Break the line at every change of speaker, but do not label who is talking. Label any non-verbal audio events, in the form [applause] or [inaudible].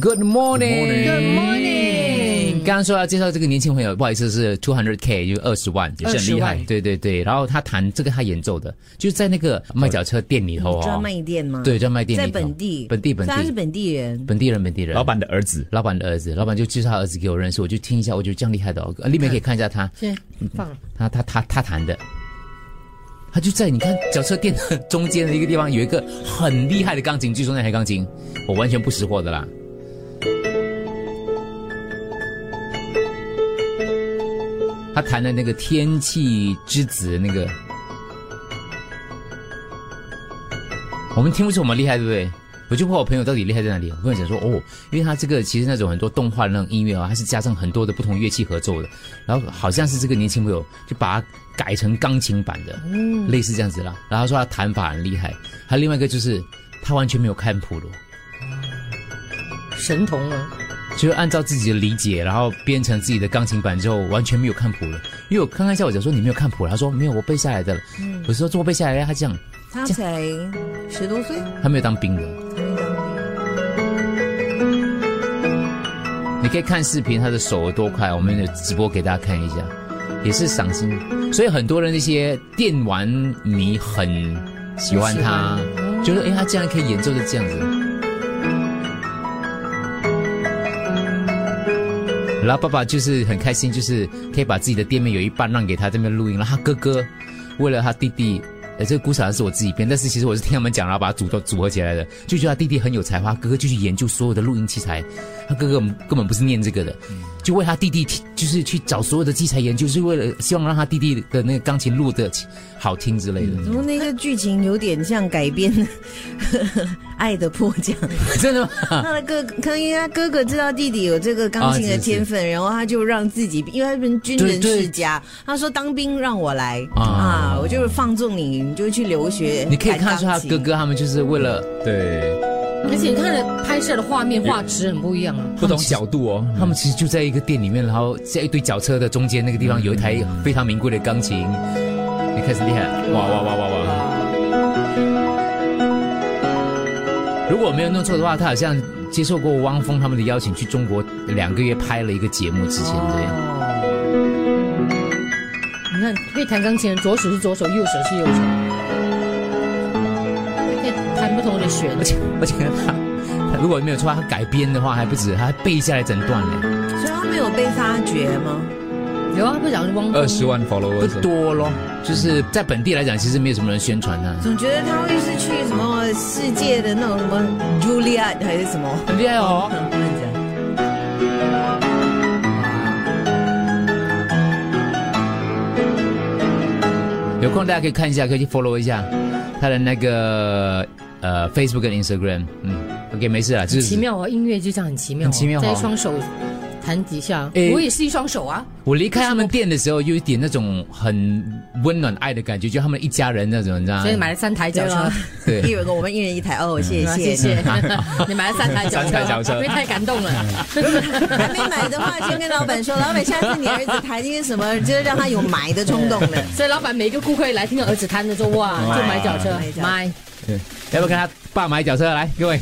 Good morning.
Good morning
刚刚说要介绍这个年轻朋友，不好意思，是 two hundred k，就二十万，也
是很厉害20万
对对对，然后他弹这个他演奏的，就是在那个卖脚车店里头
嗯专
哦，
卖店吗？
对，专卖店里
在
头
本地，
本地
所
本
以他是
地
本地人。
本地人本地人
老。板的儿子，
老板的儿子，老板就介绍他儿子给我认识，我就听一下，我觉得这样厉害的哦。呃丽梅可以看一下他，
是放
他他他他弹的，他就在你看脚车店的 [laughs] 中间的一个地方有一个很厉害的钢琴，据说那台钢琴我完全不识货的啦。他弹的那个《天气之子》那个，我们听不出我们厉害，对不对？我就问我朋友到底厉害在哪里。我跟他讲说，哦，因为他这个其实那种很多动画的那种音乐啊，它是加上很多的不同乐器合奏的，然后好像是这个年轻朋友就把它改成钢琴版的，类似这样子啦。然后他说他弹法很厉害，还有另外一个就是他完全没有看谱的，
神童啊吗？
就是按照自己的理解，然后编成自己的钢琴版之后，完全没有看谱了。因为我刚开始我讲说你没有看谱了，他说没有，我背下来的了。我说怎么背下来的？他这样，
他才十多
[laughs]
岁，
他没有当兵的。你可以看视频，他的手有多快，我们有直播给大家看一下，也是赏心。所以很多人那些电玩迷很喜欢他，觉得诶，他竟然可以演奏的这样子。然后爸爸就是很开心，就是可以把自己的店面有一半让给他这边录音。然后他哥哥为了他弟弟，呃，这个故事好像是我自己编，但是其实我是听他们讲，然后把它组都组合起来的，就觉得他弟弟很有才华，哥哥就去研究所有的录音器材，他哥哥根本不是念这个的，就为他弟弟就是去找所有的器材研究，是为了希望让他弟弟的那个钢琴录的好听之类的。
怎么那个剧情有点像改编《爱的迫降》？
[laughs] [laughs] 真的吗？
他 [laughs] 的哥，可能因为他哥哥知道弟弟有这个钢琴的天分，然后他就让自己，因为他们军人世家，他说当兵让我来
啊
啊，我就是放纵你，你就去留学。
你可以看出他
弹钢琴
哥哥他们就是为了
对，
而且你看的拍摄的画面画质很不一样啊。
不同角度哦，
他们其实就在一个店里面，然后在一堆脚车的中间那个地方有一台非常名贵的钢琴，你开始厉害了。
哇哇哇哇哇，
如果我没有弄错的话，他好像接受过汪峰他们的邀请去中国两个月拍了一个节目，之前这样。
哦
哦你看会弹钢琴的人，左手是左手，右手是右手，可以弹不同的旋律
而。且而且他他如果没有错，他改编的话还不止，他还背下来整段呢，
所以他没有被发掘吗？
有啊，不讲汪峰
二十万
不
followers，
多咯。就是在本地来讲，其实没有什么人宣传啊他、
总觉得他会是去什么世界的那种什么 Juliet 还是什么？
很厉害哦。有空大家可以看一下，可以去 follow 一下他的那个呃 Facebook 跟 Instagram。嗯，OK，没事啦，就是
奇妙啊，音乐就这样很奇妙、啊，
很奇妙哦
在一双手弹底下，
诶
我也是一双手啊。
我离开他们店的时候，有一点那种很温暖爱的感觉，就他们一家人那种，你知道吗？
所以买了三台脚
对
车
啊，
哎对
一人我们一人一台哦，谢
啊
谢。
谢谢。你买了三台脚车，
三台脚车
因为太感动了。 [laughs]
还没买的话，先跟老板说，老板下次你儿子弹些什么，就是让他有买的冲动的。
所以老板每一个顾客一来听到儿子弹的时候，哇，就买脚车
买脚，车
买。
要不要跟他爸买脚车来，各位？